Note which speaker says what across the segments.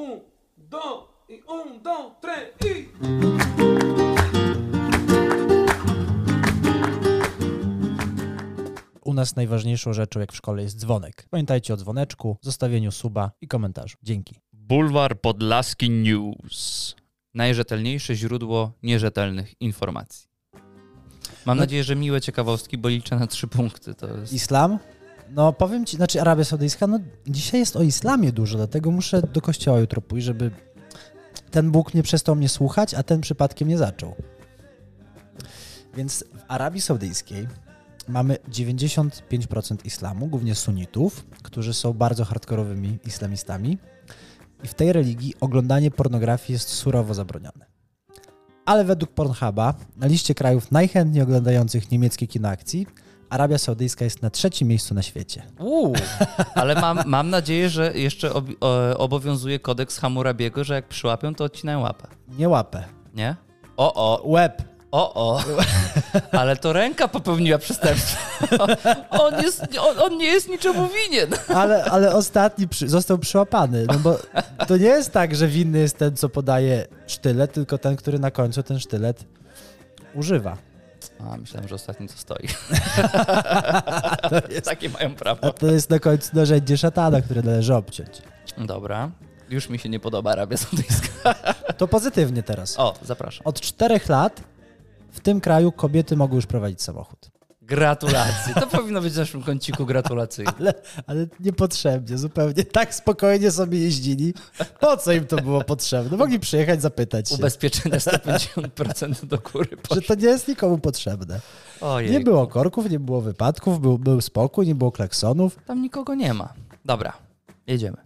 Speaker 1: Un, dos i un, dos, tres i...
Speaker 2: U nas najważniejszą rzeczą, jak w szkole, jest dzwonek. Pamiętajcie o dzwoneczku, zostawieniu suba i komentarzu. Dzięki.
Speaker 3: Bulwar Podlaski News. Najrzetelniejsze źródło nierzetelnych informacji. Mam nadzieję, że miłe ciekawostki, bo liczę na trzy punkty. To jest...
Speaker 2: Islam? No powiem ci, znaczy Arabia Saudyjska, no dzisiaj jest o islamie dużo, dlatego muszę do kościoła jutro pójść, żeby ten Bóg nie przestał mnie słuchać, a ten przypadkiem nie zaczął. Więc w Arabii Saudyjskiej mamy 95% islamu, głównie sunnitów, którzy są bardzo hardkorowymi islamistami i w tej religii oglądanie pornografii jest surowo zabronione. Ale według Pornhuba na liście krajów najchętniej oglądających niemieckie kino akcji Arabia Saudyjska jest na trzecim miejscu na świecie.
Speaker 3: Uuu, ale mam, mam nadzieję, że jeszcze ob, o, obowiązuje kodeks Hammurabiego, że jak przyłapią, to odcinają łapę.
Speaker 2: Nie łapę.
Speaker 3: Nie? O, o,
Speaker 2: Łeb.
Speaker 3: o, o. Ale to ręka popełniła przestępstwo. On, jest, on, on nie jest niczemu winien.
Speaker 2: Ale, ale ostatni przy, został przyłapany. No bo to nie jest tak, że winny jest ten, co podaje sztylet, tylko ten, który na końcu ten sztylet używa.
Speaker 3: A, myślałem, że ostatni co stoi. Takie mają
Speaker 2: A
Speaker 3: prawo.
Speaker 2: to jest na końcu narzędzie szatana, które należy obciąć.
Speaker 3: Dobra. Już mi się nie podoba Arabia Saudyjska.
Speaker 2: To pozytywnie teraz.
Speaker 3: O, zapraszam.
Speaker 2: Od czterech lat w tym kraju kobiety mogą już prowadzić samochód.
Speaker 3: Gratulacje. To powinno być w naszym kąciku gratulacyjnym.
Speaker 2: Ale, ale niepotrzebnie, zupełnie tak spokojnie sobie jeździli. Po co im to było potrzebne? Mogli przyjechać, zapytać się.
Speaker 3: Ubezpieczenia 150% do góry.
Speaker 2: Że
Speaker 3: poszło.
Speaker 2: to nie jest nikomu potrzebne.
Speaker 3: Ojej.
Speaker 2: Nie było korków, nie było wypadków, był, był spokój, nie było klaksonów.
Speaker 3: Tam nikogo nie ma. Dobra, jedziemy.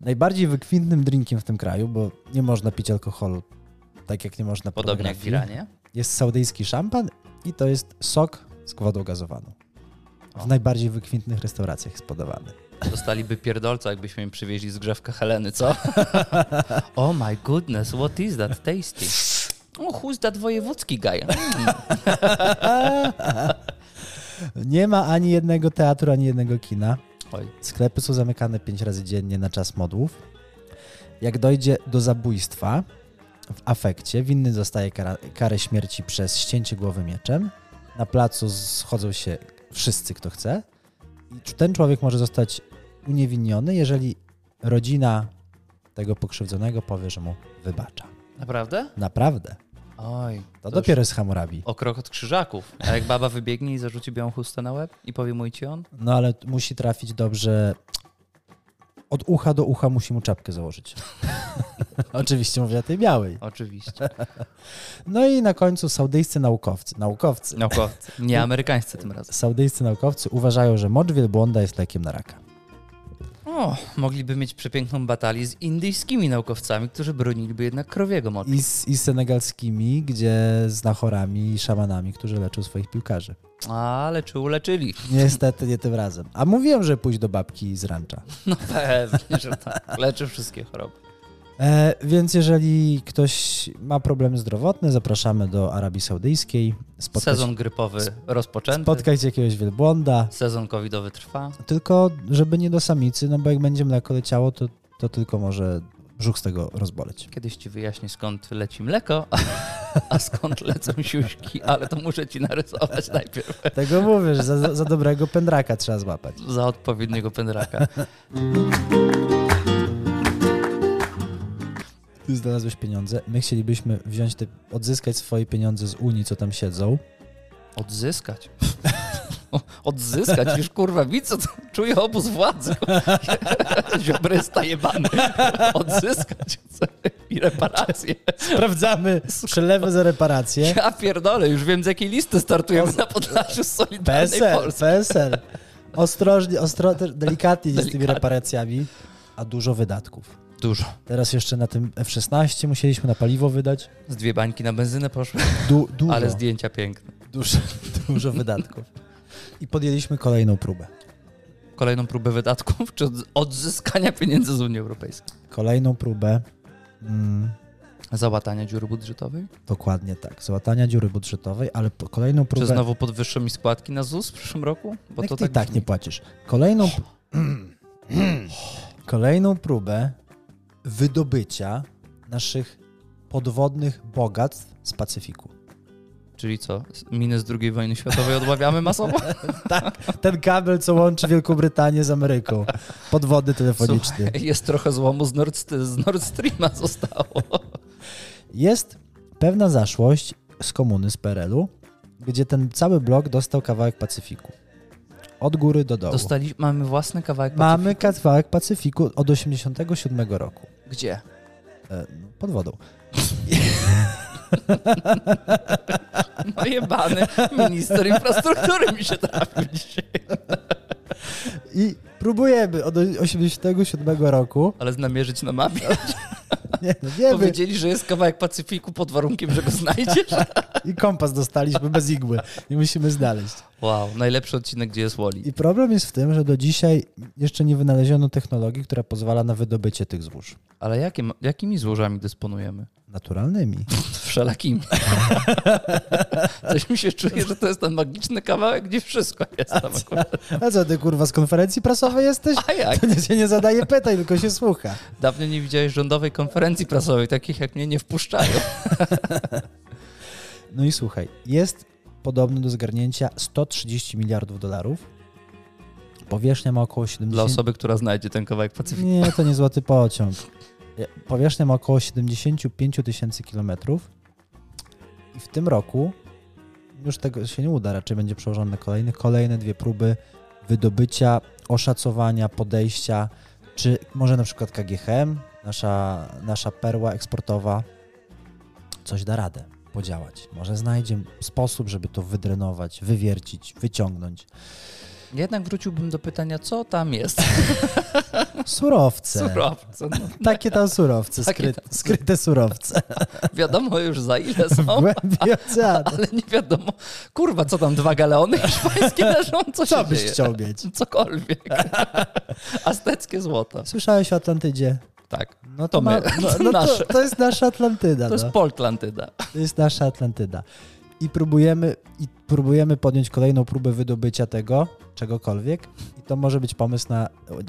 Speaker 2: Najbardziej wykwintnym drinkiem w tym kraju, bo nie można pić alkoholu tak jak nie można
Speaker 3: Podobnie jak w
Speaker 2: pornografii,
Speaker 3: Iranie.
Speaker 2: jest saudyjski szampan i to jest sok z wodą gazowaną. W
Speaker 3: O.
Speaker 2: najbardziej wykwintnych restauracjach jest podawany.
Speaker 3: Dostaliby pierdolca, jakbyśmy im przywieźli zgrzewkę Heleny, co? oh my goodness, what is that tasty? Oh, who's that wojewódzki guy? Mm.
Speaker 2: Nie ma ani jednego teatru, ani jednego kina.
Speaker 3: Oj.
Speaker 2: Sklepy są zamykane 5 razy dziennie na czas modłów. Jak dojdzie do zabójstwa w afekcie, winny dostaje kara, karę śmierci przez ścięcie głowy mieczem. Na placu schodzą się wszyscy, kto chce. I czy ten człowiek może zostać uniewinniony, jeżeli rodzina tego pokrzywdzonego powie, że mu wybacza.
Speaker 3: Naprawdę?
Speaker 2: Naprawdę.
Speaker 3: Oj.
Speaker 2: To,
Speaker 3: już
Speaker 2: dopiero jest Hammurabi.
Speaker 3: O krok od krzyżaków. A jak baba wybiegnie i zarzuci białą chustę na łeb i powie mój ci on?
Speaker 2: No ale t- musi trafić dobrze. Od ucha do ucha musi mu czapkę założyć. Oczywiście mówię o tej białej.
Speaker 3: Oczywiście.
Speaker 2: No i na końcu saudyjscy naukowcy, naukowcy,
Speaker 3: Naukowcy. Nie amerykańscy tym razem.
Speaker 2: saudyjscy naukowcy uważają, że mocz wielbłąda jest lekiem na raka.
Speaker 3: O, mogliby mieć przepiękną batalię z indyjskimi naukowcami, którzy broniliby jednak krowiego moczu.
Speaker 2: I z, I z senegalskimi, gdzie z nachorami i szamanami, którzy leczą swoich piłkarzy.
Speaker 3: Ale czy uleczyli?
Speaker 2: Niestety nie tym razem. A mówiłem, że pójść do babki z rancza.
Speaker 3: No pewnie, że tak. Leczy wszystkie choroby.
Speaker 2: E, więc jeżeli ktoś ma problemy zdrowotne, zapraszamy do Arabii Saudyjskiej. Spotkać,
Speaker 3: Sezon grypowy rozpoczęty.
Speaker 2: spotkać jakiegoś wielbłąda,
Speaker 3: Sezon covidowy trwa.
Speaker 2: tylko żeby nie do samicy, no bo jak będzie mleko leciało, to, to tylko może brzuch z tego rozboleć.
Speaker 3: Kiedyś ci wyjaśnię, skąd leci mleko, a, a skąd lecą siuśki, ale to muszę ci narysować najpierw.
Speaker 2: Tego mówię, że za, za dobrego pędraka trzeba złapać.
Speaker 3: za odpowiedniego pędraka.
Speaker 2: Ty znalazłeś pieniądze. My chcielibyśmy wziąć te, odzyskać swoje pieniądze z Unii, co tam siedzą.
Speaker 3: Odzyskać. O, Odzyskać, już kurwa, widz, co tam czuje obóz władzy. Ziobrysta jebany. Odzyskać i reparacje.
Speaker 2: Sprawdzamy przelewy za reparacje.
Speaker 3: Ja pierdolę, już wiem z jakiej listy startujemy na Podlasiu z Solidarnej
Speaker 2: PSL,
Speaker 3: Polski.
Speaker 2: PSL. Ostrożnie, ostro, też delikatnie z tymi
Speaker 3: Delikatnie.
Speaker 2: reparacjami. A dużo wydatków.
Speaker 3: Dużo.
Speaker 2: Teraz jeszcze na tym F-16 musieliśmy na paliwo wydać.
Speaker 3: Z dwie bańki na benzynę poszły,
Speaker 2: Du, dużo,
Speaker 3: ale zdjęcia piękne.
Speaker 2: dużo, dużo wydatków. I podjęliśmy kolejną próbę.
Speaker 3: Kolejną próbę wydatków, czy odz- odzyskania pieniędzy z Unii Europejskiej?
Speaker 2: Kolejną próbę. Mm,
Speaker 3: Załatania dziury budżetowej?
Speaker 2: Dokładnie tak. Załatania dziury budżetowej, ale po kolejną próbę.
Speaker 3: Czy znowu podwyższą mi składki na ZUS w przyszłym roku? Bo
Speaker 2: Jak
Speaker 3: to
Speaker 2: ty i
Speaker 3: tak,
Speaker 2: tak
Speaker 3: brzmi.
Speaker 2: nie płacisz. Kolejną. kolejną próbę wydobycia naszych podwodnych bogactw z Pacyfiku.
Speaker 3: Czyli co, miny z II wojny światowej odławiamy masowo?
Speaker 2: Ten kabel, co łączy Wielką Brytanię z Ameryką. Podwodny telefoniczny.
Speaker 3: Słuchaj, jest trochę złomu z Nord, z Nord Streama zostało.
Speaker 2: Jest pewna zaszłość z komuny, z PRL-u, gdzie ten cały blok dostał kawałek Pacyfiku. Od góry do dołu.
Speaker 3: Dostali, mamy własny kawałek
Speaker 2: Mamy kawałek Pacyfiku od 87 roku.
Speaker 3: Pacyfiku. Gdzie?
Speaker 2: E, Pod wodą.
Speaker 3: No jebany minister infrastruktury mi się trafił dzisiaj.
Speaker 2: I próbujemy od 87 roku.
Speaker 3: Ale znamierzyć na mapie.
Speaker 2: Nie, no nie wiem.
Speaker 3: Powiedzieli, że jest kawałek Pacyfiku pod warunkiem, że go znajdziesz.
Speaker 2: I kompas dostaliśmy bez igły. I musimy znaleźć.
Speaker 3: Wow, najlepszy odcinek, gdzie jest Woli.
Speaker 2: I problem jest w tym, że do dzisiaj jeszcze nie wynaleziono technologii, która pozwala na wydobycie tych złóż.
Speaker 3: Ale jakie, ma- jakimi złożami dysponujemy?
Speaker 2: Naturalnymi.
Speaker 3: Wszelakimi. Coś mi się czuje, że to jest ten magiczny kawałek, gdzie wszystko jest tam akurat.
Speaker 2: A co ty kurwa z konferencji prasowej jesteś?
Speaker 3: A jak?
Speaker 2: To nie, się nie zadaje pytań, tylko się słucha.
Speaker 3: Dawno nie widziałeś rządowej konferencji prasowej, takich jak mnie nie wpuszczają.
Speaker 2: No i słuchaj, jest podobno do zgarnięcia 130 miliardów dolarów. Powierzchnia ma około 70...
Speaker 3: Dla osoby, która znajdzie ten kawałek Pacyfiku.
Speaker 2: Nie, to nie złoty pociąg. Ja- Powierzchnia ma około 75 tysięcy kilometrów i w tym roku już tego się nie uda, raczej będzie przełożone na kolejne, kolejne dwie próby wydobycia, oszacowania, podejścia, czy może na przykład KGHM, nasza, nasza perła eksportowa, coś da radę podziałać. Może znajdzie sposób, żeby to wydrenować, wywiercić, wyciągnąć.
Speaker 3: Jednak wróciłbym do pytania, co tam jest?
Speaker 2: Surowce.
Speaker 3: Surowce. No,
Speaker 2: Takie tam surowce,
Speaker 3: Takie
Speaker 2: skryte, skryte surowce.
Speaker 3: wiadomo już za ile
Speaker 2: w
Speaker 3: są,
Speaker 2: głębi oceanu.
Speaker 3: ale nie wiadomo. Kurwa, co tam dwa galeony hiszpańskie leżą?
Speaker 2: Co
Speaker 3: Co, się
Speaker 2: byś
Speaker 3: dzieje?
Speaker 2: chciał mieć?
Speaker 3: Cokolwiek. Azteckie złoto.
Speaker 2: Słyszałeś o Atlantydzie?
Speaker 3: Tak.
Speaker 2: No
Speaker 3: To my.
Speaker 2: no, no to,
Speaker 3: Nasze.
Speaker 2: to jest nasza Atlantyda.
Speaker 3: To jest
Speaker 2: no.
Speaker 3: Poltlantyda.
Speaker 2: to jest nasza Atlantyda. I próbujemy, I próbujemy podjąć kolejną próbę wydobycia tego, czegokolwiek. I to może być pomysł na,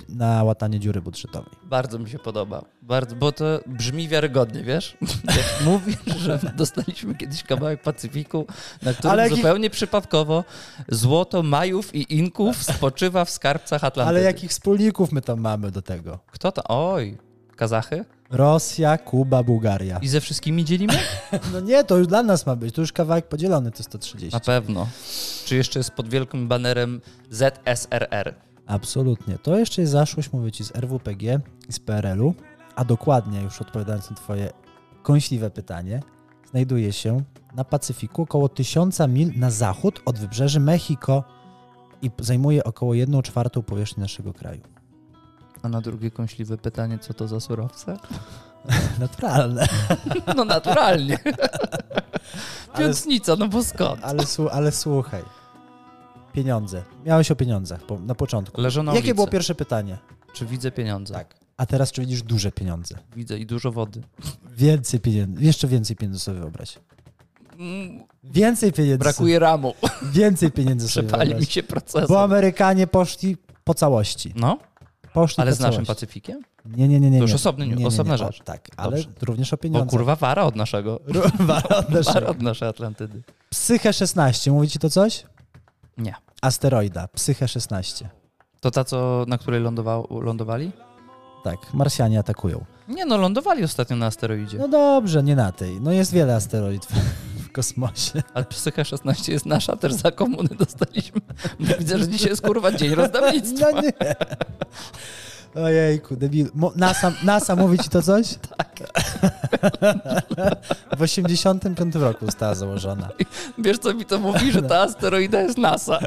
Speaker 2: na łatanie dziury budżetowej.
Speaker 3: Bardzo mi się podoba. Bardzo, bo to brzmi wiarygodnie, wiesz? Jak mówisz, że dostaliśmy kiedyś kawałek Pacyfiku, na którym
Speaker 2: Ale jaki-
Speaker 3: zupełnie przypadkowo złoto Majów i Inków spoczywa w skarbcach Atlantydy.
Speaker 2: Ale jakich wspólników my tam mamy do tego?
Speaker 3: Kto to? Oj, Kazachy?
Speaker 2: Rosja, Kuba, Bułgaria.
Speaker 3: I ze wszystkimi dzielimy?
Speaker 2: No nie, to już dla nas ma być. To już kawałek podzielony, to 130.
Speaker 3: Na pewno. Czy jeszcze jest pod wielkim banerem ZSRR?
Speaker 2: Absolutnie. To jeszcze jest zaszłość, mówię ci, z RWPG i z PRL-u, a dokładnie, już odpowiadając na twoje kąśliwe pytanie, znajduje się na Pacyfiku około 1000 mil na zachód od wybrzeży Mexiko i p- zajmuje około 1 czwartą powierzchni naszego kraju.
Speaker 3: A na drugie kąśliwe pytanie, co to za surowce?
Speaker 2: Naturalne.
Speaker 3: No naturalnie.
Speaker 2: Ale,
Speaker 3: Piątnica, no bo skąd?
Speaker 2: ale, słu- ale słuchaj. Pieniądze. Miałeś o pieniądzach po, na początku.
Speaker 3: Leżą na
Speaker 2: Jakie było
Speaker 3: ulicy.
Speaker 2: pierwsze pytanie?
Speaker 3: Czy widzę pieniądze?
Speaker 2: Tak. A teraz czy widzisz duże pieniądze?
Speaker 3: Widzę i dużo wody.
Speaker 2: Więcej pieniędzy. Jeszcze więcej pieniędzy sobie wyobraź. Więcej pieniędzy.
Speaker 3: Mm, Brakuje ramu.
Speaker 2: Więcej pieniędzy sobie
Speaker 3: Przepali mi
Speaker 2: wyobraź.
Speaker 3: się
Speaker 2: Bo
Speaker 3: procesor.
Speaker 2: Amerykanie poszli po całości.
Speaker 3: No,
Speaker 2: Poszli
Speaker 3: ale
Speaker 2: po
Speaker 3: z naszym
Speaker 2: całości.
Speaker 3: Pacyfikiem?
Speaker 2: Nie, nie, nie, nie.
Speaker 3: To już
Speaker 2: nie.
Speaker 3: osobny news,
Speaker 2: Nie, nie, nie.
Speaker 3: osobna
Speaker 2: O,
Speaker 3: rzecz.
Speaker 2: Tak, ale
Speaker 3: Dobrze.
Speaker 2: również o
Speaker 3: Bo
Speaker 2: pieniądzach.
Speaker 3: kurwa wara od naszego.
Speaker 2: Kurwa, No od
Speaker 3: Wara
Speaker 2: naszego.
Speaker 3: od naszej Atlantydy.
Speaker 2: Psyche 16, mówi ci to coś?
Speaker 3: Nie.
Speaker 2: Asteroida, Psyche 16.
Speaker 3: To ta, co, na której lądował, lądowali?
Speaker 2: Tak, Marsjanie atakują.
Speaker 3: Nie no, lądowali ostatnio na asteroidzie.
Speaker 2: No dobrze, nie na tej. No jest wiele asteroid w, w kosmosie.
Speaker 3: A Psycha 16 jest nasza, też za komuny dostaliśmy. No Widzę, że dzisiaj jest kurwa dzień rozdawnictwa.
Speaker 2: No nie. Ojejku, debil. Mo- NASA, NASA mówi ci to coś? Tak. W 85 roku została założona.
Speaker 3: Wiesz, co mi to mówi, że ta asteroida jest NASA.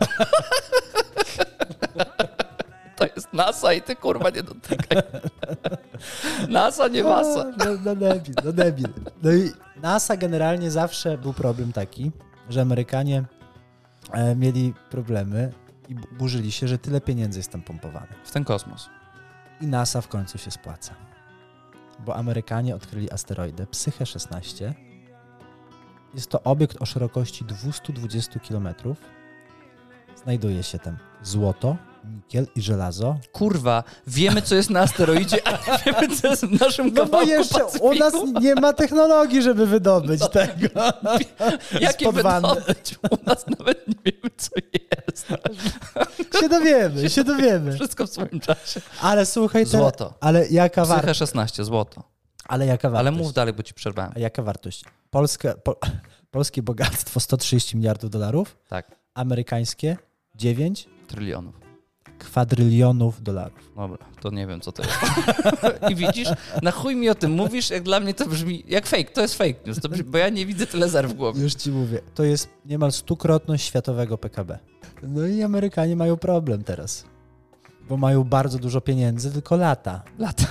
Speaker 3: To jest NASA i ty kurwa nie dotykaj. NASA, nie masa.
Speaker 2: No, no debil, no debil. No i NASA generalnie zawsze był problem taki, że Amerykanie e, mieli problemy i bu- burzyli się, że tyle pieniędzy jest tam pompowane.
Speaker 3: W ten kosmos.
Speaker 2: I NASA w końcu się spłaca. Bo Amerykanie odkryli asteroidę Psyche 16. Jest to obiekt o szerokości 220 km. Znajduje się tam złoto, nikiel i żelazo.
Speaker 3: Kurwa, wiemy co jest na asteroidzie, a nie wiemy co jest w naszym
Speaker 2: No bo
Speaker 3: kawałku
Speaker 2: jeszcze u nas
Speaker 3: Pacyfiku. No.
Speaker 2: nie ma technologii, żeby wydobyć tego.
Speaker 3: Jakie
Speaker 2: spod wanny.
Speaker 3: wydobyć? U nas nawet nie wiemy co jest.
Speaker 2: Się dowiemy, się dowiemy.
Speaker 3: Wszystko w swoim czasie.
Speaker 2: Ale słuchaj, te-
Speaker 3: Złoto.
Speaker 2: ale jaka
Speaker 3: Psyche
Speaker 2: wartość?
Speaker 3: 16, złoto.
Speaker 2: Ale jaka wartość?
Speaker 3: Ale mów dalej, bo ci przerwałem.
Speaker 2: A jaka wartość? Polska, po, polskie bogactwo 130 miliardów dolarów,
Speaker 3: Tak,
Speaker 2: amerykańskie 9
Speaker 3: trylionów.
Speaker 2: kwadrylionów dolarów.
Speaker 3: Dobra, to nie wiem co to jest. I widzisz, na chuj mi o tym mówisz, jak dla mnie to brzmi jak fake, to jest fake news, to brzmi, bo ja nie widzę tyle zer w głowie.
Speaker 2: Już ci mówię, to jest niemal stukrotność światowego PKB. No i Amerykanie mają problem teraz, bo mają bardzo dużo pieniędzy, tylko lata.
Speaker 3: Lata.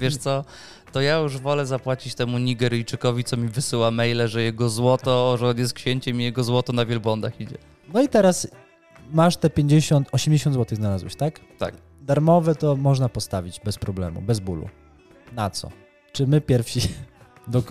Speaker 3: Wiesz co, to ja już wolę zapłacić temu Nigeryjczykowi, co mi wysyła maile, że jego złoto, że on jest księciem i jego złoto na wielbłądach idzie.
Speaker 2: No i teraz masz te 50, 80 zł znalazłeś, tak?
Speaker 3: Tak.
Speaker 2: Darmowe to można postawić bez problemu, bez bólu. Na co? Czy my pierwsi. Do,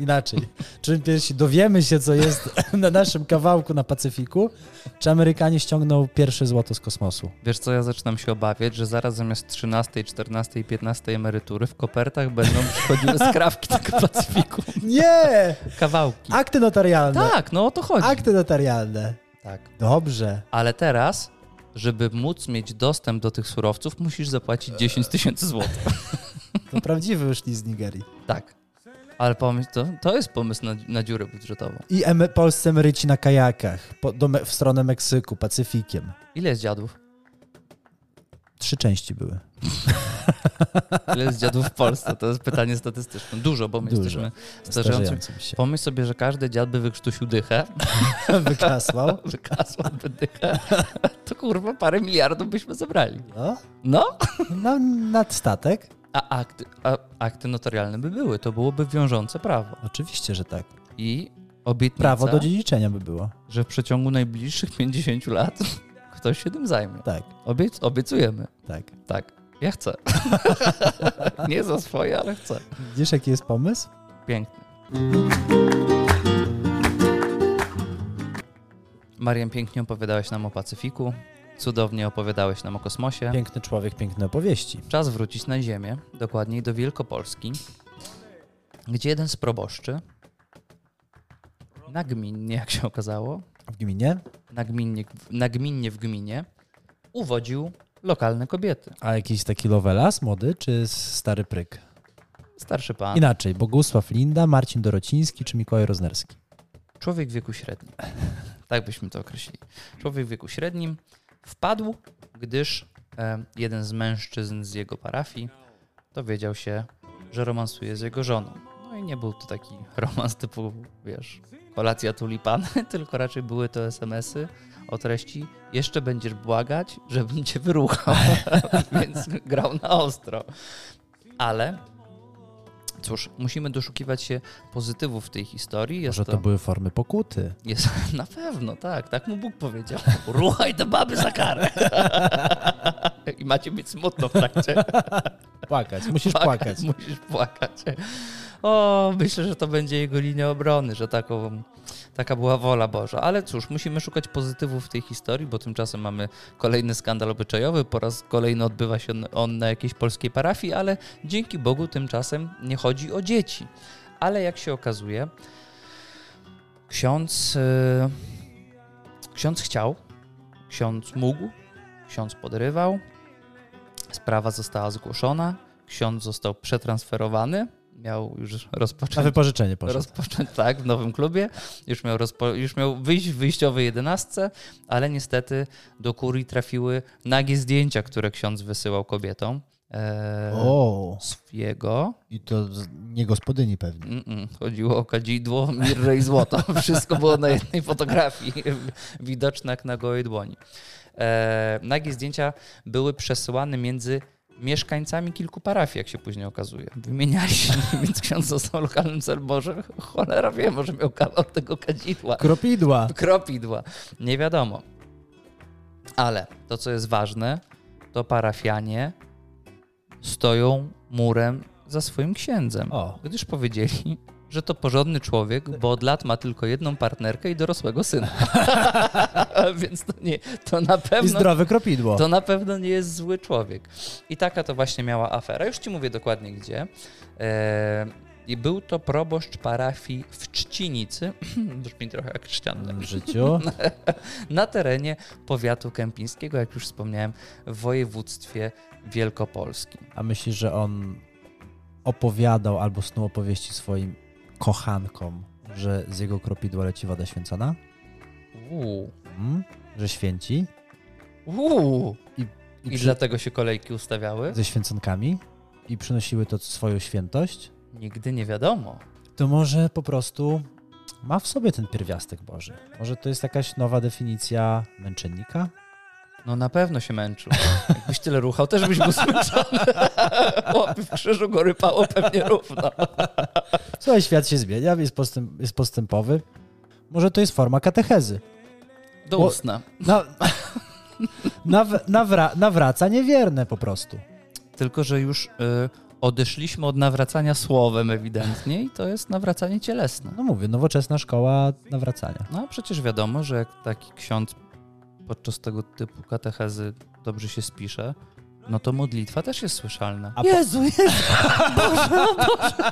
Speaker 2: inaczej. Czy my pierwsi dowiemy się, co jest na naszym kawałku na Pacyfiku? Czy Amerykanie ściągną pierwsze złoto z kosmosu?
Speaker 3: Wiesz co, ja zaczynam się obawiać, że zaraz zamiast 13, 14 i 15 emerytury w kopertach będą przychodziły skrawki tego Pacyfiku.
Speaker 2: Nie!
Speaker 3: Kawałki.
Speaker 2: Akty notarialne.
Speaker 3: Tak, no o to chodzi.
Speaker 2: Akty notarialne.
Speaker 3: Tak.
Speaker 2: Dobrze.
Speaker 3: Ale teraz, żeby móc mieć dostęp do tych surowców, musisz zapłacić 10 tysięcy złotych.
Speaker 2: To prawdziwy już list z Nigerii.
Speaker 3: Tak. Ale pomysł, to, to jest pomysł na, na dziurę budżetową.
Speaker 2: I eme, polscy emeryci na kajakach po, do, Me- w stronę Meksyku, Pacyfikiem.
Speaker 3: Ile jest dziadów?
Speaker 2: Trzy części były.
Speaker 3: Ile jest dziadów w Polsce? To jest pytanie statystyczne. Dużo, bo my
Speaker 2: Dużo.
Speaker 3: jesteśmy starzejącym.
Speaker 2: Starzejącym się.
Speaker 3: Pomyśl sobie, że każdy dziad by wykrztusił dychę,
Speaker 2: Wykasłał.
Speaker 3: wykasłałby dychę, to kurwa parę miliardów byśmy zebrali.
Speaker 2: No.
Speaker 3: No,
Speaker 2: Na, nadstatek?
Speaker 3: a akty, a akty notarialne by były, to byłoby wiążące prawo.
Speaker 2: Oczywiście, że tak.
Speaker 3: No I obietnica,
Speaker 2: Prawo do dziedziczenia by było.
Speaker 3: że w przeciągu najbliższych 50 lat ktoś się tym zajmie.
Speaker 2: Tak,
Speaker 3: Obiec, obiecujemy.
Speaker 2: tak.
Speaker 3: Tak, ja chcę. Nie za swoje, ale chcę.
Speaker 2: Wiesz, jaki jest pomysł?
Speaker 3: Piękny. Marian, pięknie opowiadałeś nam o Pacyfiku, cudownie opowiadałeś nam o kosmosie.
Speaker 2: Piękny człowiek, piękne opowieści.
Speaker 3: Czas wrócić na Ziemię, dokładniej do Wielkopolski, gdzie jeden z proboszczy, nagminnie jak się okazało,
Speaker 2: W gminie?
Speaker 3: nagminnie, nagminnie w gminie, uwodził lokalne kobiety.
Speaker 2: A jakiś taki Lovelas młody, czy stary pryk?
Speaker 3: Starszy pan,
Speaker 2: Inaczej, Bogusław Linda, Marcin Dorociński czy Mikołaj Roznerski?
Speaker 3: człowiek w wieku średnim, tak byśmy to określili, człowiek w wieku średnim, wpadł, gdyż e, jeden z mężczyzn z jego parafii dowiedział się, że romansuje z jego żoną. No i nie był to taki romans typu, wiesz, kolacja tulipany, tylko raczej były to SMS-y y o treści jeszcze będziesz błagać, żebym cię wyruchał, więc grał na ostro. Ale cóż, musimy doszukiwać się pozytywów w tej historii. Jest
Speaker 2: Może to były formy pokuty.
Speaker 3: jest, na pewno, tak. Tak mu Bóg powiedział. Ruchaj te baby za karę. I macie być smutno w trakcie. Tak,
Speaker 2: Płakać, musisz płakać.
Speaker 3: Musisz płakać. O, myślę, że to będzie jego linia obrony, że taką, taka była wola Boża. Ale cóż, musimy szukać pozytywów w tej historii, bo tymczasem mamy kolejny skandal obyczajowy. Po raz kolejny odbywa się on- on na jakiejś polskiej parafii, ale dzięki Bogu tymczasem nie chodzi o dzieci. Ale jak się okazuje, ksiądz, e, ksiądz chciał, ksiądz mógł, ksiądz podrywał. Sprawa została zgłoszona, ksiądz został przetransferowany, miał już
Speaker 2: Na
Speaker 3: rozpocząć,
Speaker 2: wypożyczenie poszedł.
Speaker 3: rozpocząć tak, w nowym klubie, już miał, rozpo, już miał wyjść w wyjściowej jedenastce, ale niestety do kurii trafiły nagie zdjęcia, które ksiądz wysyłał kobietom.
Speaker 2: Tak.
Speaker 3: E,
Speaker 2: O,
Speaker 3: Swego.
Speaker 2: i to z- nie gospodyni pewnie.
Speaker 3: Mm-mm. Chodziło o kadzidło, mirrę i złoto. Wszystko było na jednej fotografii, widoczne jak na gołej dłoni. E, nagie zdjęcia były przesyłane między mieszkańcami kilku parafii, jak się później okazuje. Wymieniali się, nimi, więc ksiądz został lokalnym celborzem. Cholera wie, może miał kawał tego kadzidła
Speaker 2: Kropidła.
Speaker 3: kropidła. Nie wiadomo. Ale to, co jest ważne, to parafianie stoją murem za swoim księdzem.
Speaker 2: O.
Speaker 3: Gdyż powiedzieli, że to porządny człowiek, bo od lat ma tylko jedną partnerkę i dorosłego syna. Więc to nie, to na
Speaker 2: I
Speaker 3: pewno
Speaker 2: zdrowe kropidło.
Speaker 3: to na pewno nie jest zły człowiek. I taka to właśnie miała afera. Już ci mówię dokładnie gdzie. E, I był to proboszcz parafii w Trzcinicy, brzmi trochę jak Trzcianle,
Speaker 2: W życiu.
Speaker 3: na terenie powiatu kępińskiego, jak już wspomniałem, w województwie wielkopolskim.
Speaker 2: A myślisz, że on opowiadał albo snuł opowieści swoim kochankom, że z jego kropidła leci woda święcona?
Speaker 3: Uuu.
Speaker 2: Mm? Że święci?
Speaker 3: Uuu.
Speaker 2: I,
Speaker 3: I,
Speaker 2: przy...
Speaker 3: dlatego się kolejki ustawiały?
Speaker 2: Ze święconkami? I przynosiły to swoją świętość?
Speaker 3: Nigdy nie wiadomo.
Speaker 2: To może po prostu ma w sobie ten pierwiastek Boży. Może to jest jakaś nowa definicja męczennika?
Speaker 3: No na pewno się męczył. Jakbyś tyle ruchał, też byś był zmęczony. Łapy w krzyżu go rypało pewnie równo.
Speaker 2: Słuchaj, świat się zmienia, jest, postęp, jest postępowy. Może to jest forma katechezy.
Speaker 3: Do
Speaker 2: Bo-
Speaker 3: ustna.
Speaker 2: Na, naw, nawra, nawraca niewierne po prostu.
Speaker 3: Tylko, że już y, odeszliśmy od nawracania słowem ewidentnie i to jest nawracanie cielesne.
Speaker 2: No mówię, nowoczesna szkoła nawracania.
Speaker 3: No a przecież wiadomo, że jak taki ksiądz podczas tego typu katechezy dobrze się spisze, no to modlitwa też jest słyszalna.
Speaker 2: A po-
Speaker 3: Jezu, Jezu, Boże, Boże.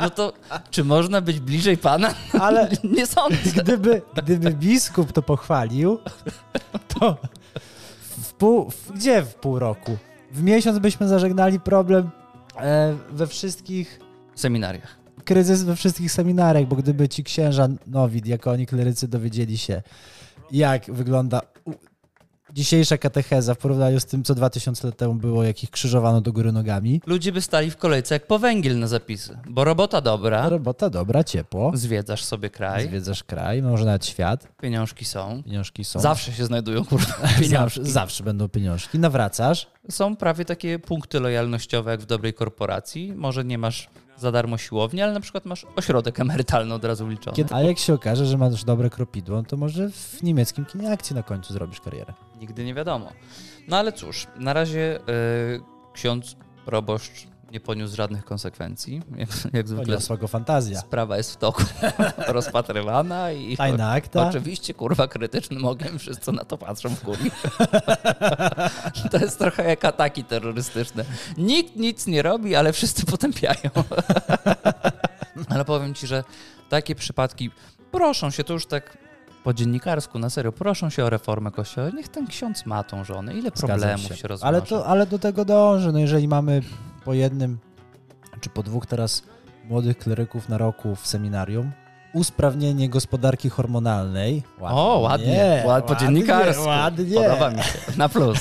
Speaker 3: No to czy można być bliżej Pana?
Speaker 2: Ale
Speaker 3: Nie sądzę.
Speaker 2: gdyby, gdyby biskup to pochwalił, to w pół, w, gdzie w pół roku? W miesiąc byśmy zażegnali problem e, we wszystkich
Speaker 3: W seminariach.
Speaker 2: kryzys we wszystkich seminariach, bo gdyby ci księża nowi, diakoni, klerycy dowiedzieli się, jak wygląda u- dzisiejsza katecheza w porównaniu z tym, co 2000 lat temu było, jakich krzyżowano do góry nogami.
Speaker 3: Ludzie by stali w kolejce jak po węgiel na zapisy, bo robota dobra,
Speaker 2: Robota dobra, ciepło,
Speaker 3: zwiedzasz sobie kraj,
Speaker 2: zwiedzasz kraj, może nawet świat,
Speaker 3: pieniążki są.
Speaker 2: pieniążki są.
Speaker 3: Zawsze się znajdują, kurwa,
Speaker 2: Zawsze,
Speaker 3: pieniążki.
Speaker 2: zawsze będą pieniążki, nawracasz,
Speaker 3: Są prawie takie punkty lojalnościowe jak w dobrej korporacji. Może nie masz za darmo siłowni, ale na przykład masz ośrodek emerytalny od razu liczony.
Speaker 2: kiedy, a jak się okaże, że masz dobre kropidło, to może w niemieckim kinie akcji na końcu zrobisz karierę.
Speaker 3: Nigdy nie wiadomo. No ale cóż, na razie y, ksiądz proboszcz nie poniósł żadnych konsekwencji. Jak, jak zwykle
Speaker 2: Poniosła go fantazja.
Speaker 3: sprawa jest w toku rozpatrywana i
Speaker 2: Tajna akta.
Speaker 3: Oczywiście, kurwa, krytycznym ogniem wszyscy na to patrzą w kurwie. to jest trochę jak ataki terrorystyczne. Nikt nic nie robi, ale wszyscy potępiają. ale powiem ci, że takie przypadki proszą się, to już tak po dziennikarsku, na serio, proszą się o reformę kościoła. Niech ten ksiądz ma tą żonę. Ile
Speaker 2: Zgadzam
Speaker 3: problemów się, rozwiąże.
Speaker 2: ale, to, ale do tego dąży. No jeżeli mamy po jednym czy po dwóch teraz młodych kleryków na roku w seminarium, usprawnienie gospodarki hormonalnej.
Speaker 3: O, ładnie. Ład, po dziennikarsku.
Speaker 2: Ładnie.
Speaker 3: Podoba mi się. Na plus.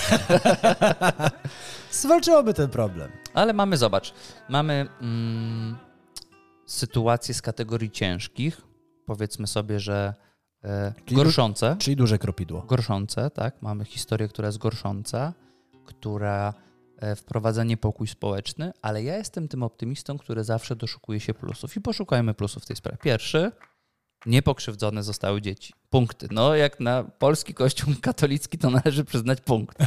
Speaker 2: Zwalczyłoby ten problem.
Speaker 3: Ale mamy, zobacz, mamy mm, sytuację z kategorii ciężkich, powiedzmy sobie, że e,
Speaker 2: Czyli-
Speaker 3: gorszące,
Speaker 2: Czyli duże kropidło.
Speaker 3: gorszące, tak, mamy historię, która jest gorsząca, która e, wprowadza niepokój społeczny, ale ja jestem tym optymistą, który zawsze doszukuje się plusów i poszukajmy plusów w tej sprawie. Pierwszy, niepokrzywdzone zostały dzieci. Punkty. No, jak na polski kościół katolicki, to należy przyznać punkt.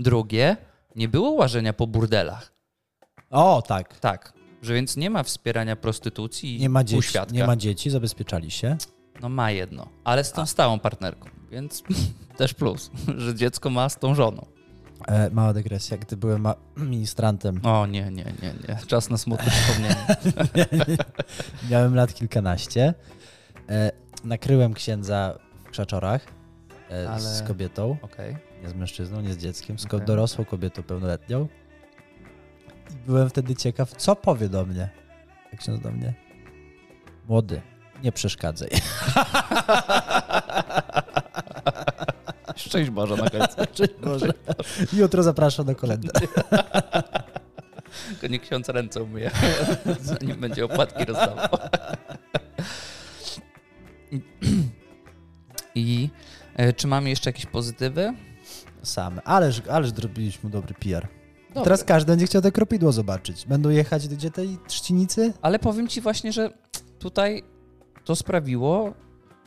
Speaker 3: Drugie, nie było łażenia po burdelach.
Speaker 2: O, tak.
Speaker 3: Tak, że więc nie ma wspierania prostytucji
Speaker 2: Nie ma
Speaker 3: u
Speaker 2: dzieci,
Speaker 3: świadka.
Speaker 2: nie ma Tak. dzieci zabezpieczali się.
Speaker 3: No ma jedno, ale z tą stałą partnerką, więc też plus, że dziecko ma z tą żoną.
Speaker 2: E, mała dygresja, gdy byłem ma- ministrantem,
Speaker 3: O nie, nie, nie, nie, czas na smutne wspomnienie.
Speaker 2: miałem lat kilkanaście, e, nakryłem księdza w krzaczorach e, z
Speaker 3: Ale-
Speaker 2: kobietą.
Speaker 3: Okej.
Speaker 2: Nie z mężczyzną, nie z dzieckiem, tylko
Speaker 3: Okej.
Speaker 2: dorosłą kobietą pełnoletnią. I byłem wtedy ciekaw, co powie do mnie. Jak się do mnie. Młody, nie przeszkadzaj.
Speaker 3: Szczęść Boże na końcu.
Speaker 2: Boże. Jutro zapraszam do kolędy.
Speaker 3: Tylko nie ksiądz ręce umyje, zanim będzie opłatki rozdawał. I e, czy mamy jeszcze jakieś pozytywy?
Speaker 2: Same. Ależ, ależ zrobiliśmy dobry PR.
Speaker 3: Dobra.
Speaker 2: Teraz każdy będzie chciał te kropidło zobaczyć. Będą jechać gdzie tej trzcinicy?
Speaker 3: Ale powiem ci właśnie, że tutaj to sprawiło,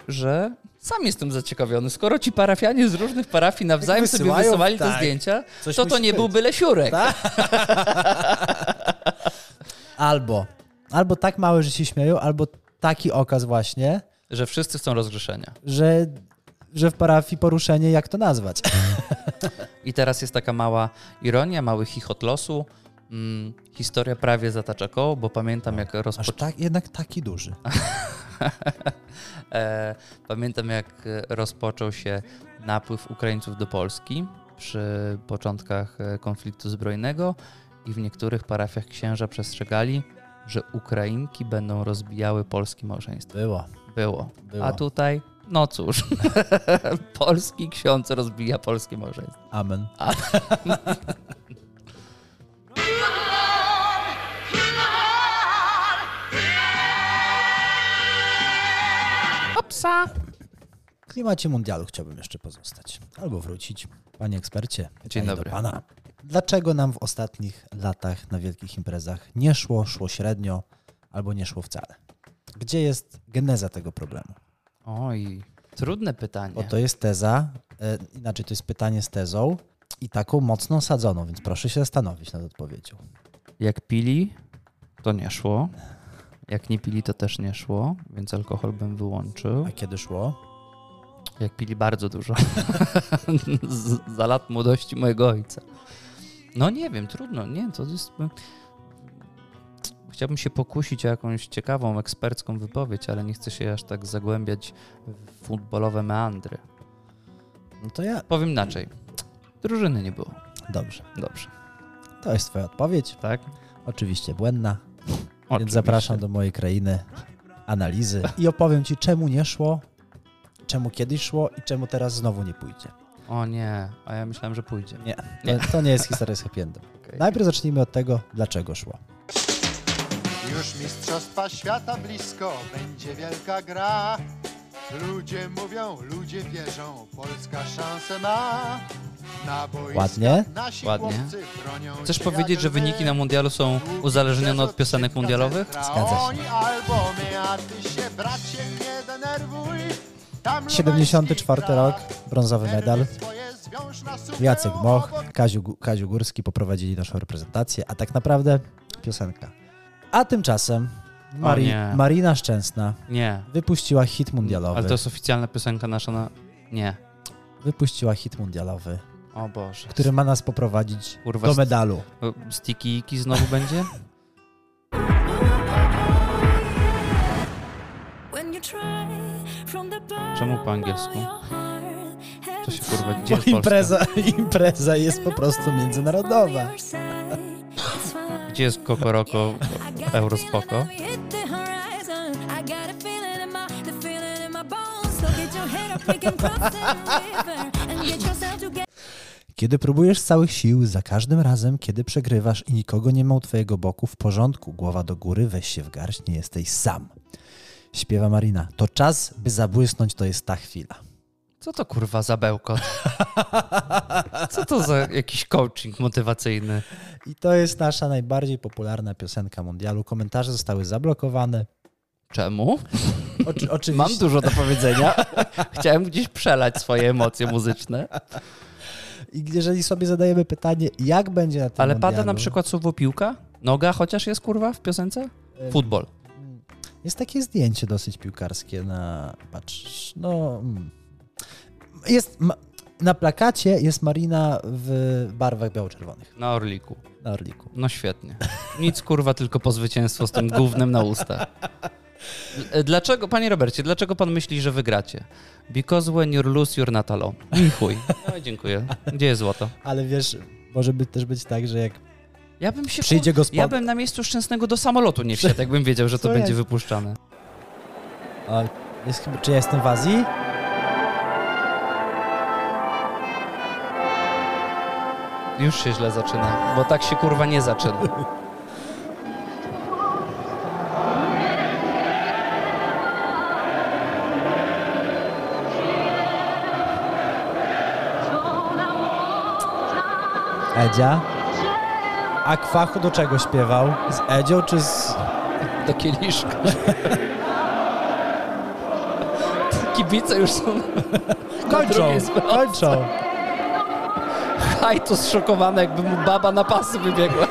Speaker 3: że sam jestem zaciekawiony. Skoro ci parafianie z różnych parafii nawzajem sobie
Speaker 2: Tak wysyłają,
Speaker 3: wysyłali te
Speaker 2: tak.
Speaker 3: zdjęcia,
Speaker 2: Coś
Speaker 3: to to
Speaker 2: musi
Speaker 3: nie
Speaker 2: być.
Speaker 3: był byle siurek.
Speaker 2: Tak? Albo. Albo tak małe, że się śmieją, albo taki okaz właśnie,
Speaker 3: Że wszyscy są rozgrzeszenia.
Speaker 2: że, że w parafii poruszenie, jak to nazwać?
Speaker 3: I teraz jest taka mała ironia, mały chichot losu. Mm, historia prawie zatacza koło, bo pamiętam jak
Speaker 2: Aż
Speaker 3: rozpoczęliśmy.
Speaker 2: tak, jednak taki duży.
Speaker 3: E, Pamiętam, jak e, rozpoczął się napływ Ukraińców do Polski przy początkach e, konfliktu zbrojnego i w niektórych parafiach księża przestrzegali, że Ukrainki będą rozbijały polskie małżeństwo.
Speaker 2: Było,
Speaker 3: Było.
Speaker 2: było.
Speaker 3: A tutaj, no cóż, polski ksiądz rozbija polskie małżeństwo.
Speaker 2: Amen.
Speaker 3: Opsa!
Speaker 2: W klimacie mundialu chciałbym jeszcze pozostać. Albo wrócić. Panie ekspercie, pytanie
Speaker 3: dobry.
Speaker 2: do pana. Dlaczego nam w ostatnich latach na wielkich imprezach nie szło, szło średnio albo nie szło wcale? Gdzie jest geneza tego problemu?
Speaker 3: Oj, trudne pytanie.
Speaker 2: Bo to jest teza, e, inaczej to jest pytanie z tezą i taką mocno sadzoną, więc proszę się zastanowić nad odpowiedzią.
Speaker 3: Jak pili, to nie szło. Jak nie pili, to też nie szło, więc alkohol bym wyłączył.
Speaker 2: A kiedy szło?
Speaker 3: Jak pili bardzo dużo. Z, za lat młodości mojego ojca. No nie wiem, trudno, nie, to jest... Chciałbym się pokusić o jakąś ciekawą, ekspercką wypowiedź, ale nie chcę się aż tak zagłębiać w futbolowe meandry.
Speaker 2: No to ja...
Speaker 3: Powiem inaczej. Drużyny nie było.
Speaker 2: Dobrze.
Speaker 3: Dobrze,
Speaker 2: To jest twoja odpowiedź.
Speaker 3: tak?
Speaker 2: Oczywiście błędna. Więc
Speaker 3: Oczywiście.
Speaker 2: zapraszam do mojej krainy analizy i opowiem Ci, czemu nie szło, czemu kiedyś szło i czemu teraz znowu nie pójdzie.
Speaker 3: O nie, a ja myślałem, że pójdzie.
Speaker 2: Nie,
Speaker 3: Nie.
Speaker 2: to, to nie jest historia z happy endem.
Speaker 3: Okej.
Speaker 2: Najpierw zacznijmy od tego, dlaczego szło.
Speaker 4: Już mistrzostwa świata blisko, będzie wielka gra. Ludzie mówią, ludzie wierzą, Polska szansę ma. Na boiskach
Speaker 2: Ładnie.
Speaker 4: nasi
Speaker 3: Ładnie.
Speaker 4: chłopcy bronią
Speaker 3: Chcesz
Speaker 4: się
Speaker 3: powiedzieć,
Speaker 4: jak
Speaker 3: że
Speaker 4: lwy.
Speaker 3: wyniki na mundialu są uzależnione od piosenek mundialowych?
Speaker 2: Zgadza się.
Speaker 4: Oni albo my, a ty się bracie nie denerwuj. Tam
Speaker 2: 74
Speaker 4: Lubański
Speaker 2: rok,
Speaker 4: gra.
Speaker 2: brązowy medal.
Speaker 4: Nerwy swoje zwiąż na sukę
Speaker 2: Jacek Moch,
Speaker 4: obok
Speaker 2: Kaziu, Gu- Kaziu Górski poprowadzili naszą reprezentację, a tak naprawdę piosenka. A tymczasem Mari,
Speaker 3: nie.
Speaker 2: Marina Szczęsna
Speaker 3: Nie.
Speaker 2: wypuściła hit mundialowy.
Speaker 3: Ale to jest oficjalna piosenka nasza na... Nie.
Speaker 2: Wypuściła hit mundialowy,
Speaker 3: O Boże.
Speaker 2: który ma nas poprowadzić
Speaker 3: Kurwa,
Speaker 2: do
Speaker 3: st-
Speaker 2: medalu.
Speaker 3: O, Sticky Iki znowu będzie?
Speaker 5: Czemu po angielsku?
Speaker 3: To się kurwa dzieje
Speaker 5: dzieje.
Speaker 3: w
Speaker 2: Bo
Speaker 3: Polsce.
Speaker 2: impreza, impreza jest po prostu międzynarodowa.
Speaker 3: Gdzie jest Kokoroko Eurospoko?
Speaker 2: Kiedy próbujesz z całych sił, za każdym razem, kiedy przegrywasz i nikogo nie ma u twojego boku, w porządku, głowa do góry, weź się w garść, nie jesteś sam. Śpiewa Marina. To czas, by zabłysnąć, to jest ta chwila.
Speaker 3: Co to kurwa za bełko? Co to za jakiś coaching motywacyjny?
Speaker 2: I to jest nasza najbardziej popularna piosenka mundialu. Komentarze zostały zablokowane.
Speaker 3: Czemu?
Speaker 2: Oczy, oczywiście.
Speaker 3: Mam dużo do powiedzenia. Chciałem gdzieś przelać swoje emocje muzyczne.
Speaker 2: I jeżeli sobie zadajemy pytanie, jak będzie na tym
Speaker 3: Ale
Speaker 2: mundialu,
Speaker 3: pada na przykład słowo piłka? Noga chociaż jest kurwa w piosence? Futbol.
Speaker 2: Jest takie zdjęcie dosyć piłkarskie na. Patrz, no. mm. Jest. Ma, na plakacie jest Marina w barwach biało-czerwonych
Speaker 3: Na Orliku.
Speaker 2: na Orliku.
Speaker 3: No świetnie. Nic kurwa, tylko po zwycięstwo z tym gównem na ustach. Dl- Dlaczego, panie Robercie, dlaczego pan myśli, że wygracie? Because when you lose, you're not alone. I chuj. No dziękuję. Gdzie jest złoto?
Speaker 2: Ale wiesz, może by też być tak, że jak
Speaker 3: Ja bym się...
Speaker 2: przyjdzie
Speaker 3: Ja
Speaker 2: gospodarz.
Speaker 3: bym na miejscu Szczęsnego do samolotu nie wsiadł, jakbym wiedział, że to
Speaker 2: Co
Speaker 3: będzie
Speaker 2: jest?
Speaker 3: wypuszczane.
Speaker 2: Jest, chyba- czy ja jestem w Azji?
Speaker 3: Już się źle zaczyna, bo tak się kurwa nie zaczyna.
Speaker 2: Edzia. A Kwachu do czego śpiewał? Z Edzią czy z.
Speaker 3: Do kieliszka. Kibice już są
Speaker 2: Kończą!
Speaker 3: drugiej stronie.
Speaker 2: Kończą!
Speaker 3: hajtu zszokowane, jakby mu baba na pasy wybiegła.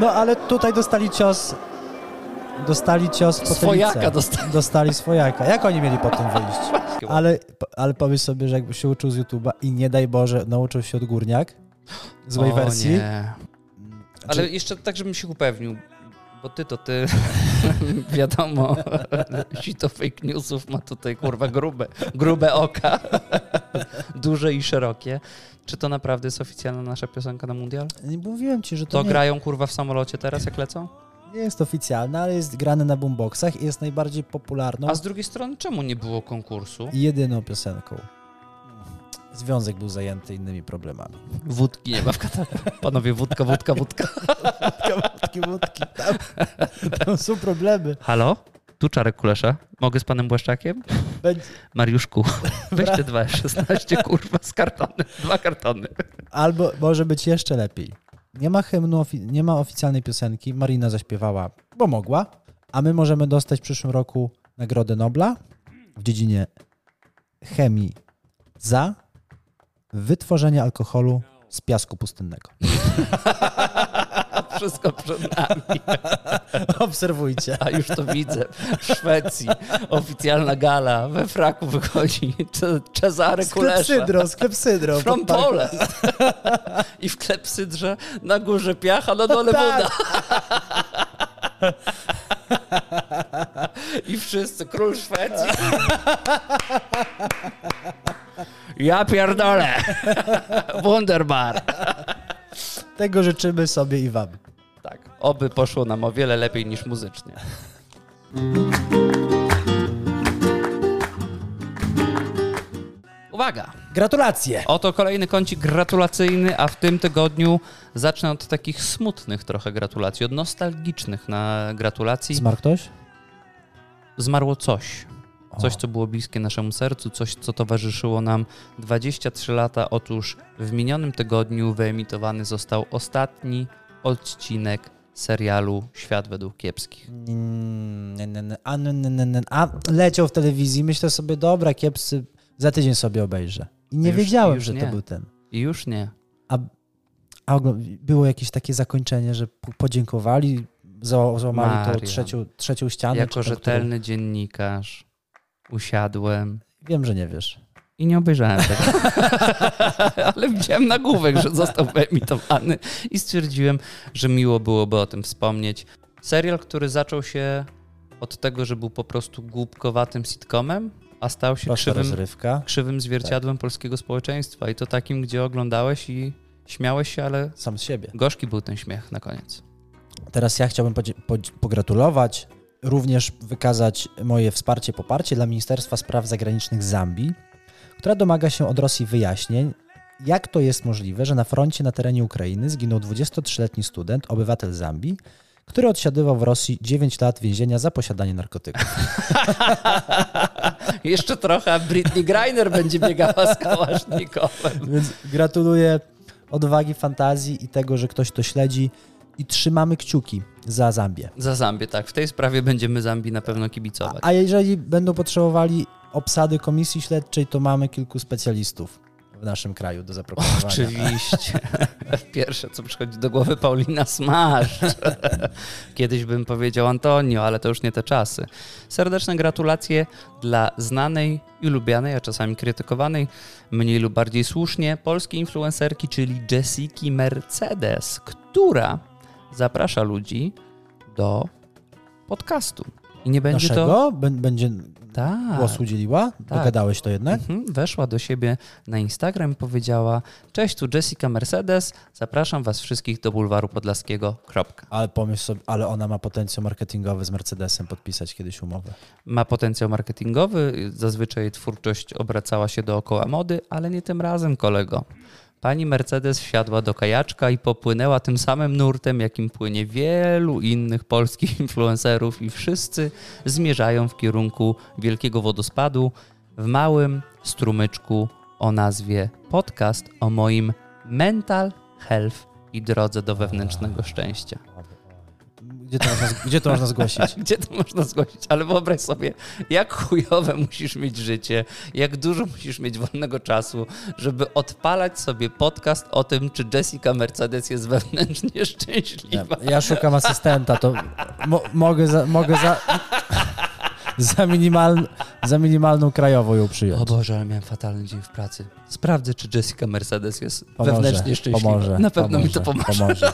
Speaker 2: No ale tutaj dostali cios dostali cios po
Speaker 3: Swojaka dostali.
Speaker 2: Dostali swojaka. Jak oni mieli potem wyjść?
Speaker 3: Ale...
Speaker 2: Ale, ale powiedz sobie, że jakby się uczył z YouTube'a i nie daj Boże, nauczył się od górniak złej
Speaker 3: O
Speaker 2: wersji.
Speaker 3: nie.
Speaker 2: Czy-
Speaker 3: Ale jeszcze tak, żebym się upewnił, bo ty to ty, wiadomo, sito fake newsów ma tutaj kurwa grube, grube oka, duże i szerokie. Czy to naprawdę jest oficjalna nasza piosenka na mundial?
Speaker 2: Nie mówiłem ci, że to,
Speaker 3: To
Speaker 2: nie,
Speaker 3: grają kurwa w samolocie teraz jak lecą?
Speaker 2: nie jest oficjalne, ale jest grane na boomboxach i jest najbardziej popularną
Speaker 3: A z drugiej strony czemu nie było konkursu?
Speaker 2: i jedyną piosenką. Związek był zajęty innymi problemami.
Speaker 3: Wódki nie ma w katalogu. Panowie, wódka, wódka, wódka.
Speaker 2: Wódki, wódki, tam, tam są problemy.
Speaker 3: Halo? Tu Czarek Kulesza. Mogę z panem Błaszczakiem?
Speaker 2: Będzie-
Speaker 3: Mariuszku, weź te dwa 16 kurwa, z kartony. Dwa kartony.
Speaker 2: Albo może być jeszcze lepiej. Nie ma hymnu, ofi- nie ma oficjalnej piosenki. Marina zaśpiewała, bo mogła, a my możemy dostać w przyszłym roku Nagrodę Nobla w dziedzinie chemii za wytworzenie alkoholu z piasku pustynnego.
Speaker 3: Wszystko przed nami.
Speaker 2: Obserwujcie.
Speaker 3: A już to widzę. W Szwecji oficjalna gala. We fraku wychodzi Ce- Cezary Kulesza.
Speaker 2: Sklepsydro, sklepsydro.
Speaker 3: From
Speaker 2: pod park-
Speaker 3: Pole. I w klepsydrze na górze piacha, na dole
Speaker 2: Tak.
Speaker 3: woda. I wszyscy, król Szwecji. Ja pierdolę. Wunderbar.
Speaker 2: Tego życzymy sobie i wam.
Speaker 3: Tak, oby poszło nam o wiele lepiej niż muzycznie. Uwaga!
Speaker 2: Gratulacje.
Speaker 3: Oto kolejny kącik gratulacyjny, a w tym tygodniu zacznę od takich smutnych trochę gratulacji, od nostalgicznych na gratulacji.
Speaker 2: Zmarł ktoś?
Speaker 3: Zmarło coś. Coś, co było bliskie naszemu sercu, coś, co towarzyszyło nam 23 lata. Otóż w minionym tygodniu wyemitowany został ostatni odcinek serialu Świat według kiepskich.
Speaker 2: Mm, n- n- A, n- n- n- a leciał w telewizji, myślę sobie, dobra, kiepsy, za tydzień sobie obejrzę. I nie
Speaker 3: Już-
Speaker 2: wiedziałem,
Speaker 3: już
Speaker 2: że to
Speaker 3: nie.
Speaker 2: był ten.
Speaker 3: I już nie.
Speaker 2: A ogl- było jakieś takie zakończenie, że po- podziękowali, za- złamali tą
Speaker 3: Marian,
Speaker 2: trzecią, trzecią ścianę.
Speaker 3: jako
Speaker 2: czy tą,
Speaker 3: rzetelny dziennikarz usiadłem
Speaker 2: Którą... Wiem, że nie wiesz.
Speaker 3: i nie obejrzałem tego. Ale widziałem nagłówek, że został wyemitowany i stwierdziłem, że miło byłoby o tym wspomnieć. Serial, który zaczął się od tego, że był po prostu głupkowatym sitcomem, a stał się
Speaker 2: Prosta
Speaker 3: krzywym,
Speaker 2: rozrywka.
Speaker 3: krzywym zwierciadłem polskiego społeczeństwa i to takim, gdzie oglądałeś i śmiałeś się, ale
Speaker 2: Sam z siebie.
Speaker 3: gorzki był ten śmiech na koniec.
Speaker 2: Teraz ja chciałbym podzie- podzi- pogratulować, również wykazać moje wsparcie, poparcie dla Ministerstwa Spraw Zagranicznych Zambii, która domaga się od Rosji wyjaśnień, jak to jest możliwe, że na froncie na terenie Ukrainy zginął 23-letni student, obywatel Zambii, który odsiadywał w Rosji 9 lat więzienia za posiadanie narkotyków.
Speaker 3: Jeszcze trochę a Britney Griner będzie biegała z kałasznikowem.
Speaker 2: Więc gratuluję odwagi, fantazji i tego, że ktoś to śledzi i trzymamy kciuki za Zambię.
Speaker 3: Za Zambię, tak. W tej sprawie będziemy Zambii na pewno kibicować.
Speaker 2: A jeżeli będą potrzebowali obsady komisji śledczej, to mamy kilku specjalistów w naszym kraju do zaproponowania.
Speaker 3: Oczywiście. Pierwsze, co przychodzi do głowy, Paulina Smasz. Kiedyś bym powiedział Antonio, ale to już nie te czasy. Serdeczne gratulacje dla znanej i lubianej, a czasami krytykowanej, mniej lub bardziej słusznie, polskiej influencerki, czyli Jessiki Mercedes, która zaprasza ludzi do podcastu. I nie będzie to...
Speaker 2: Naszego? Bę- Będzie
Speaker 3: Tak.
Speaker 2: głos udzieliła? Dogadałeś to jednak?
Speaker 3: Mhm, weszła do siebie na Instagram i powiedziała: Cześć, tu Jessica Mercedes, zapraszam Was wszystkich do bulwaru podlaskiego. Kropka.
Speaker 2: Ale pomyśl sobie, ale ona ma potencjał marketingowy z Mercedesem podpisać kiedyś umowę.
Speaker 3: Ma potencjał marketingowy, zazwyczaj jej twórczość obracała się dookoła mody, ale nie tym razem, kolego. Pani Mercedes wsiadła do kajaczka i popłynęła tym samym nurtem, jakim płynie wielu innych polskich influencerów, i wszyscy zmierzają w kierunku wielkiego wodospadu w małym strumyczku o nazwie Podcast o moim mental health i drodze do wewnętrznego szczęścia.
Speaker 2: Gdzie to można, gdzie to można zgłosić?
Speaker 3: Gdzie to można zgłosić? Ale wyobraź sobie, jak chujowe musisz mieć życie, jak dużo musisz mieć wolnego czasu, żeby odpalać sobie podcast o tym, czy Jessica Mercedes jest wewnętrznie szczęśliwa.
Speaker 2: Ja szukam asystenta, to mo mogę za, mogę za, za, minimal, za minimalną krajową ją przyjąć.
Speaker 3: O Boże, ale miałem fatalny dzień w pracy. Sprawdzę, czy Jessica Mercedes jest
Speaker 2: Pomoże,
Speaker 3: wewnętrznie szczęśliwa.
Speaker 2: Pomoże,
Speaker 3: Na pewno
Speaker 2: pomoże,
Speaker 3: mi to pomoże.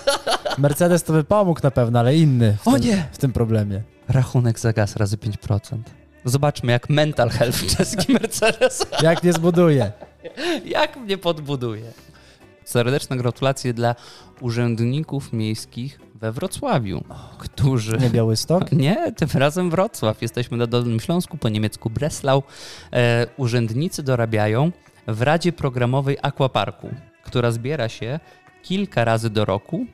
Speaker 2: Mercedes to by pomógł na pewno, ale inny w,
Speaker 3: O
Speaker 2: tym,
Speaker 3: nie!
Speaker 2: w tym problemie.
Speaker 3: Rachunek za gaz razy 5%. Zobaczmy, jak mental health Jessica Mercedes
Speaker 2: Jak nie zbuduje.
Speaker 3: Jak mnie podbuduje? Serdeczne gratulacje dla urzędników miejskich we Wrocławiu, którzy.
Speaker 2: Nie Białystok?
Speaker 3: Nie, tym razem Wrocław. Jesteśmy na Dolnym Śląsku, po niemiecku Breslau. E, urzędnicy dorabiają w Radzie Programowej Aquaparku, która zbiera się kilka razy do roku,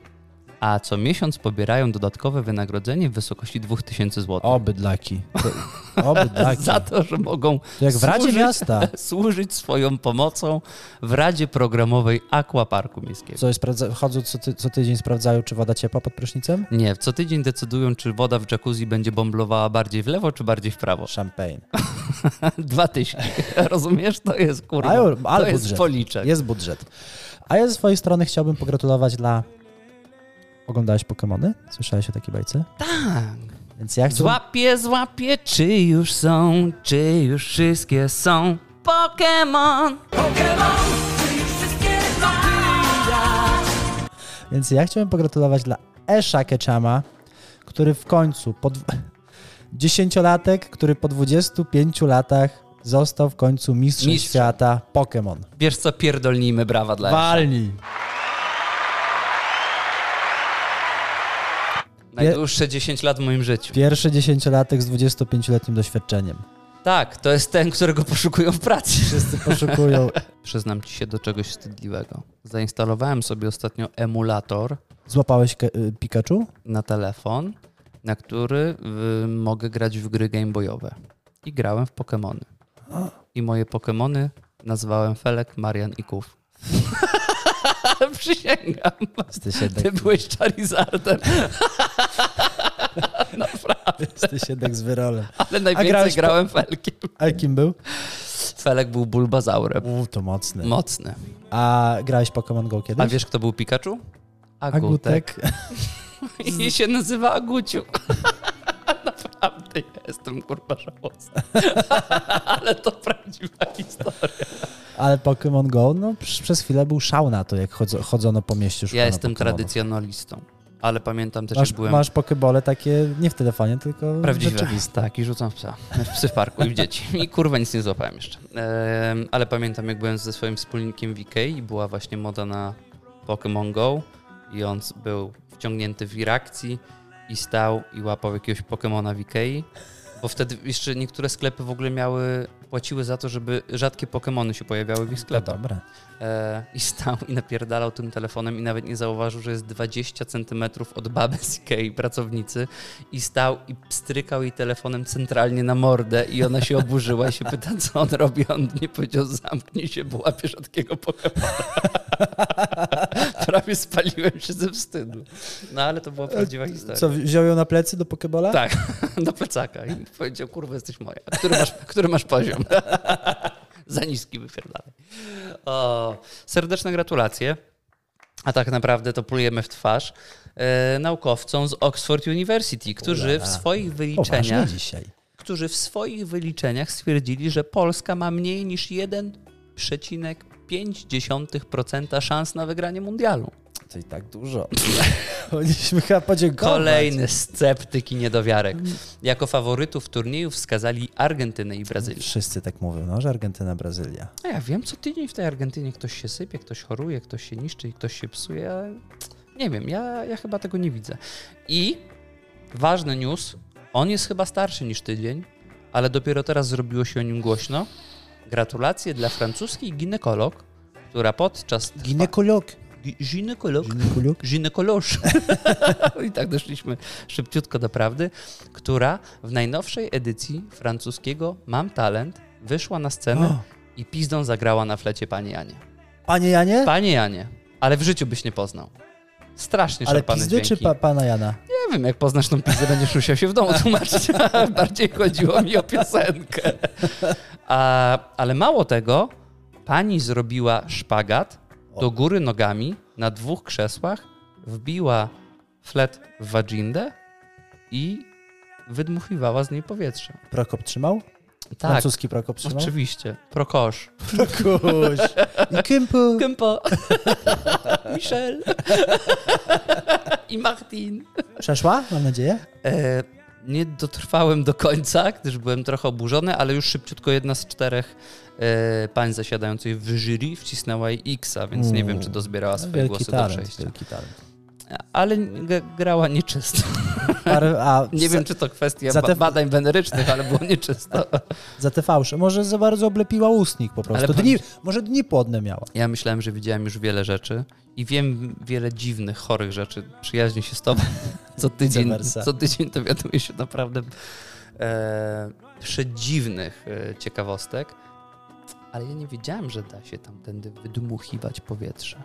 Speaker 3: a co miesiąc pobierają dodatkowe wynagrodzenie w wysokości 2000 zł.
Speaker 2: Obydlaki. Obydlaki.
Speaker 3: Za to, że mogą
Speaker 2: Tak. To jak w Radzie
Speaker 3: służyć,
Speaker 2: Miasta.
Speaker 3: służyć swoją pomocą w Radzie Programowej Aquaparku Miejskiego.
Speaker 2: Co jest, sprawdza- chodzą co, ty, co tydzień, sprawdzają, czy woda ciepła pod prysznicem?
Speaker 3: Nie, co tydzień decydują, czy woda w jacuzzi będzie bąblowała bardziej w lewo, czy bardziej w prawo.
Speaker 2: Champagne.
Speaker 3: Dwa tysiące. Rozumiesz? To jest kurwa.
Speaker 2: Ale- ale
Speaker 3: to jest
Speaker 2: budżet.
Speaker 3: policzek.
Speaker 2: Jest budżet. A ja ze swojej strony chciałbym pogratulować dla... Oglądałeś Pokemony? Słyszałeś o takiej bajce?
Speaker 3: Tak.
Speaker 2: Więc ja chcę...
Speaker 3: Złapie, złapie, czy już są, czy już wszystkie są. Pokémon!
Speaker 2: Więc ja chciałbym pogratulować dla Esha Ketchama, który w końcu, po dw- dziesięciolatek, który po 25 latach został w końcu mistrzem
Speaker 3: Mistrzem.
Speaker 2: świata Pokémon.
Speaker 3: Wiesz co, pierdolnijmy brawa dla
Speaker 2: Walni!
Speaker 3: Najdłuższe 10 lat w moim życiu.
Speaker 2: Pierwszy dziesięciolatek z 25-letnim doświadczeniem.
Speaker 3: Tak, to jest ten, którego poszukują w pracy.
Speaker 2: Wszyscy poszukują.
Speaker 3: Przyznam ci się do czegoś wstydliwego. Zainstalowałem sobie ostatnio emulator
Speaker 2: Złapałeś ke- y, Pikachu?
Speaker 3: na telefon, na który y, mogę grać w gry gameboyowe. I grałem w Pokemony. I moje Pokemony nazwałem Felek, Marian i Kuf. Przysięgam,
Speaker 2: Jesteś jednak,
Speaker 3: ty byłeś Charizardem,
Speaker 2: jesteś jednak z wyrolem.
Speaker 3: ale najwięcej
Speaker 2: grałeś po-
Speaker 3: grałem Felkiem.
Speaker 2: A kim był?
Speaker 3: Felek był Bulbazaurem.
Speaker 2: U, to mocny.
Speaker 3: Mocny.
Speaker 2: A grałeś Pokémon Go kiedyś?
Speaker 3: A wiesz, kto był Pikachu? Agutek.
Speaker 2: Agutek.
Speaker 3: I się nazywa Aguciu. Naprawdę ja jestem kurwa żałosny. Ale to prawdziwa historia.
Speaker 2: Ale Pokémon Go, no przy- przez chwilę był szał na to, jak chodzo, chodzono po mieście
Speaker 3: Ja
Speaker 2: szukano
Speaker 3: jestem
Speaker 2: Pokemonów.
Speaker 3: tradycjonalistą, ale pamiętam też,
Speaker 2: Masz,
Speaker 3: jak byłem
Speaker 2: masz pokebole takie nie w telefonie, tylko
Speaker 3: prawdziwy.
Speaker 2: rzeczywiste.
Speaker 3: Tak, i rzucam w psa. W psy w parku i w dzieci. I kurwa nic nie złapałem jeszcze. Em, ale pamiętam, jak byłem ze swoim wspólnikiem w Ikei i była właśnie moda na Pokémon Go i on s- był wciągnięty w reakcji i stał i łapał jakiegoś Pokemona w Ikei. Bo wtedy jeszcze niektóre sklepy w ogóle miały, płaciły za to, żeby rzadkie Pokemony się pojawiały w ich
Speaker 2: No
Speaker 3: sklepach.
Speaker 2: dobra.
Speaker 3: E, I stał i napierdalał tym telefonem i nawet nie zauważył, że jest 20 centymetrów od baby z Ikei, pracownicy. I stał i pstrykał jej telefonem centralnie na mordę i ona się oburzyła i się pyta, co on robi. A On nie powiedział, zamknij się, bo łapie rzadkiego Pokemona. Prawie spaliłem się ze wstydu. No ale to była prawdziwa historia.
Speaker 2: Co, wziął ją na plecy do pokebola?
Speaker 3: Tak, do plecaka. I powiedział, kurwa, jesteś moja. Który masz, który masz poziom? Za niski wypierdalaj. O, serdeczne gratulacje. A tak naprawdę to plujemy w twarz e, naukowcom z Oxford University, którzy w swoich
Speaker 2: Poważnie
Speaker 3: wyliczeniach,
Speaker 2: dzisiaj.
Speaker 3: którzy w swoich wyliczeniach stwierdzili, że Polska ma mniej niż 1,5% szans na wygranie mundialu.
Speaker 2: To i tak dużo. Powinniśmy chyba podziękować.
Speaker 3: Kolejny sceptyk i niedowiarek. Jako faworytów turnieju wskazali Argentynę i Brazylię.
Speaker 2: Wszyscy tak mówią, no, że Argentyna, Brazylia.
Speaker 3: A ja wiem, co tydzień w tej Argentynie ktoś się sypie, ktoś choruje, ktoś się niszczy i ktoś się psuje, ale nie wiem, ja, ja chyba tego nie widzę. I ważny news, on jest chyba starszy niż tydzień, ale dopiero teraz zrobiło się o nim głośno. Gratulacje dla francuskiej ginekolog, która podczas...
Speaker 2: Ginekolog.
Speaker 3: Gi- ginekolog?
Speaker 2: Ginekolog.
Speaker 3: Ginekoloż. I tak doszliśmy szybciutko do prawdy, która w najnowszej edycji francuskiego Mam Talent wyszła na scenę
Speaker 2: O.
Speaker 3: i pizdą zagrała na flecie Pani Janie.
Speaker 2: Panie Janie?
Speaker 3: Panie Janie, ale w życiu byś nie poznał. Strasznie
Speaker 2: Ale
Speaker 3: szarpane
Speaker 2: pizdy
Speaker 3: dźwięki.
Speaker 2: czy pa, pana Jana?
Speaker 3: Nie Nie wiem, jak poznasz tą pizzę, będziesz musiał się w domu tłumaczyć. Bardziej chodziło mi o piosenkę. A, ale mało tego, pani zrobiła szpagat do góry nogami na dwóch krzesłach, wbiła flet w wagindę i wydmuchiwała z niej powietrze.
Speaker 2: Prokop trzymał?
Speaker 3: Tak,
Speaker 2: Francuski Prokop trzymał?
Speaker 3: oczywiście. Prokosz.
Speaker 2: Prokuś. I Kympu.
Speaker 3: Kempo. Michel. I Martin.
Speaker 2: Przeszła, mam nadzieję?
Speaker 3: E, nie dotrwałem do końca, gdyż byłem trochę oburzony, ale już szybciutko jedna z czterech e, pań zasiadających w jury wcisnęła jej X-a, więc nie wiem, czy dozbierała swoje
Speaker 2: Mm. Wielki
Speaker 3: głosy do
Speaker 2: talent,
Speaker 3: przejścia.
Speaker 2: wielki talent.
Speaker 3: Ale g- grała nieczysto.
Speaker 2: Parę- a
Speaker 3: Nie
Speaker 2: za,
Speaker 3: wiem, czy to kwestia
Speaker 2: za
Speaker 3: ba-
Speaker 2: te-
Speaker 3: badań wenerycznych, ale było nieczysto.
Speaker 2: za te fałsze. Może za bardzo oblepiła ustnik po prostu.
Speaker 3: Ale pan-
Speaker 2: Dni, może dni płodne miała.
Speaker 3: Ja myślałem, że widziałem już wiele rzeczy i wiem wiele dziwnych, chorych rzeczy. Przyjaźnię się z tobą. Co tydzień,
Speaker 2: versa.
Speaker 3: co tydzień dowiaduję się naprawdę e, przedziwnych e, ciekawostek. Ale ja nie wiedziałem, że da się tamtędy wydmuchiwać powietrze.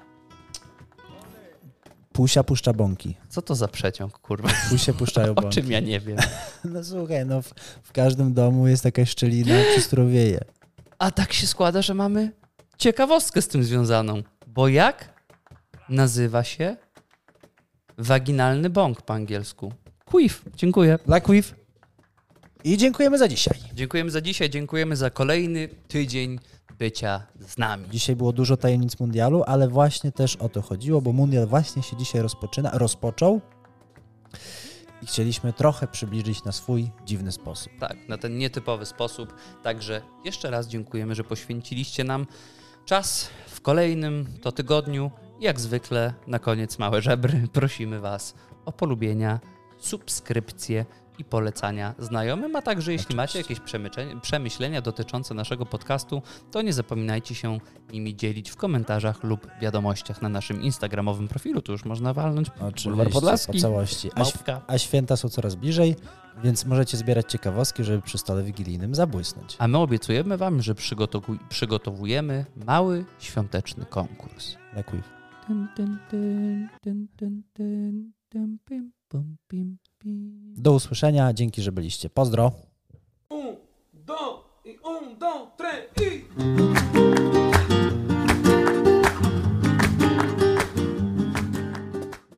Speaker 2: Pusia puszcza bąki.
Speaker 3: Co to za przeciąg, kurwa?
Speaker 2: Pusie puszczają
Speaker 3: O
Speaker 2: bąki.
Speaker 3: czym ja nie wiem.
Speaker 2: No słuchaj, no w, w każdym domu jest taka szczelina, przez którą wieje.
Speaker 3: A tak się składa, że mamy ciekawostkę z tym związaną. Bo jak nazywa się waginalny bąk po angielsku? Quiff. Dziękuję.
Speaker 2: Black Weave. I dziękujemy za dzisiaj.
Speaker 3: Dziękujemy za dzisiaj, dziękujemy za kolejny tydzień bycia z nami.
Speaker 2: Dzisiaj było dużo tajemnic mundialu, ale właśnie też o to chodziło, bo mundial właśnie się dzisiaj rozpoczyna, rozpoczął i chcieliśmy trochę przybliżyć na swój dziwny sposób.
Speaker 3: Tak, na ten nietypowy sposób. Także jeszcze raz dziękujemy, że poświęciliście nam czas w kolejnym to tygodniu. Jak zwykle na koniec małe żebry prosimy Was o polubienia, subskrypcje i polecania znajomym, a także jeśli macie jakieś przemycze- przemyślenia dotyczące naszego podcastu, to nie zapominajcie się nimi dzielić w komentarzach lub wiadomościach na naszym instagramowym profilu. Tu już można walnąć Bulwar
Speaker 2: po
Speaker 3: Podlaski.
Speaker 2: całości. A, św-
Speaker 3: Małpka.
Speaker 2: a święta są coraz bliżej, więc możecie zbierać ciekawostki, żeby przy stole wigilijnym zabłysnąć.
Speaker 3: A my obiecujemy Wam, że przygotowu- przygotowujemy mały świąteczny konkurs.
Speaker 2: Black Weave. Do usłyszenia, dzięki, że byliście. Pozdro.
Speaker 1: Um, dom, e um, dom, três, e.
Speaker 2: Na,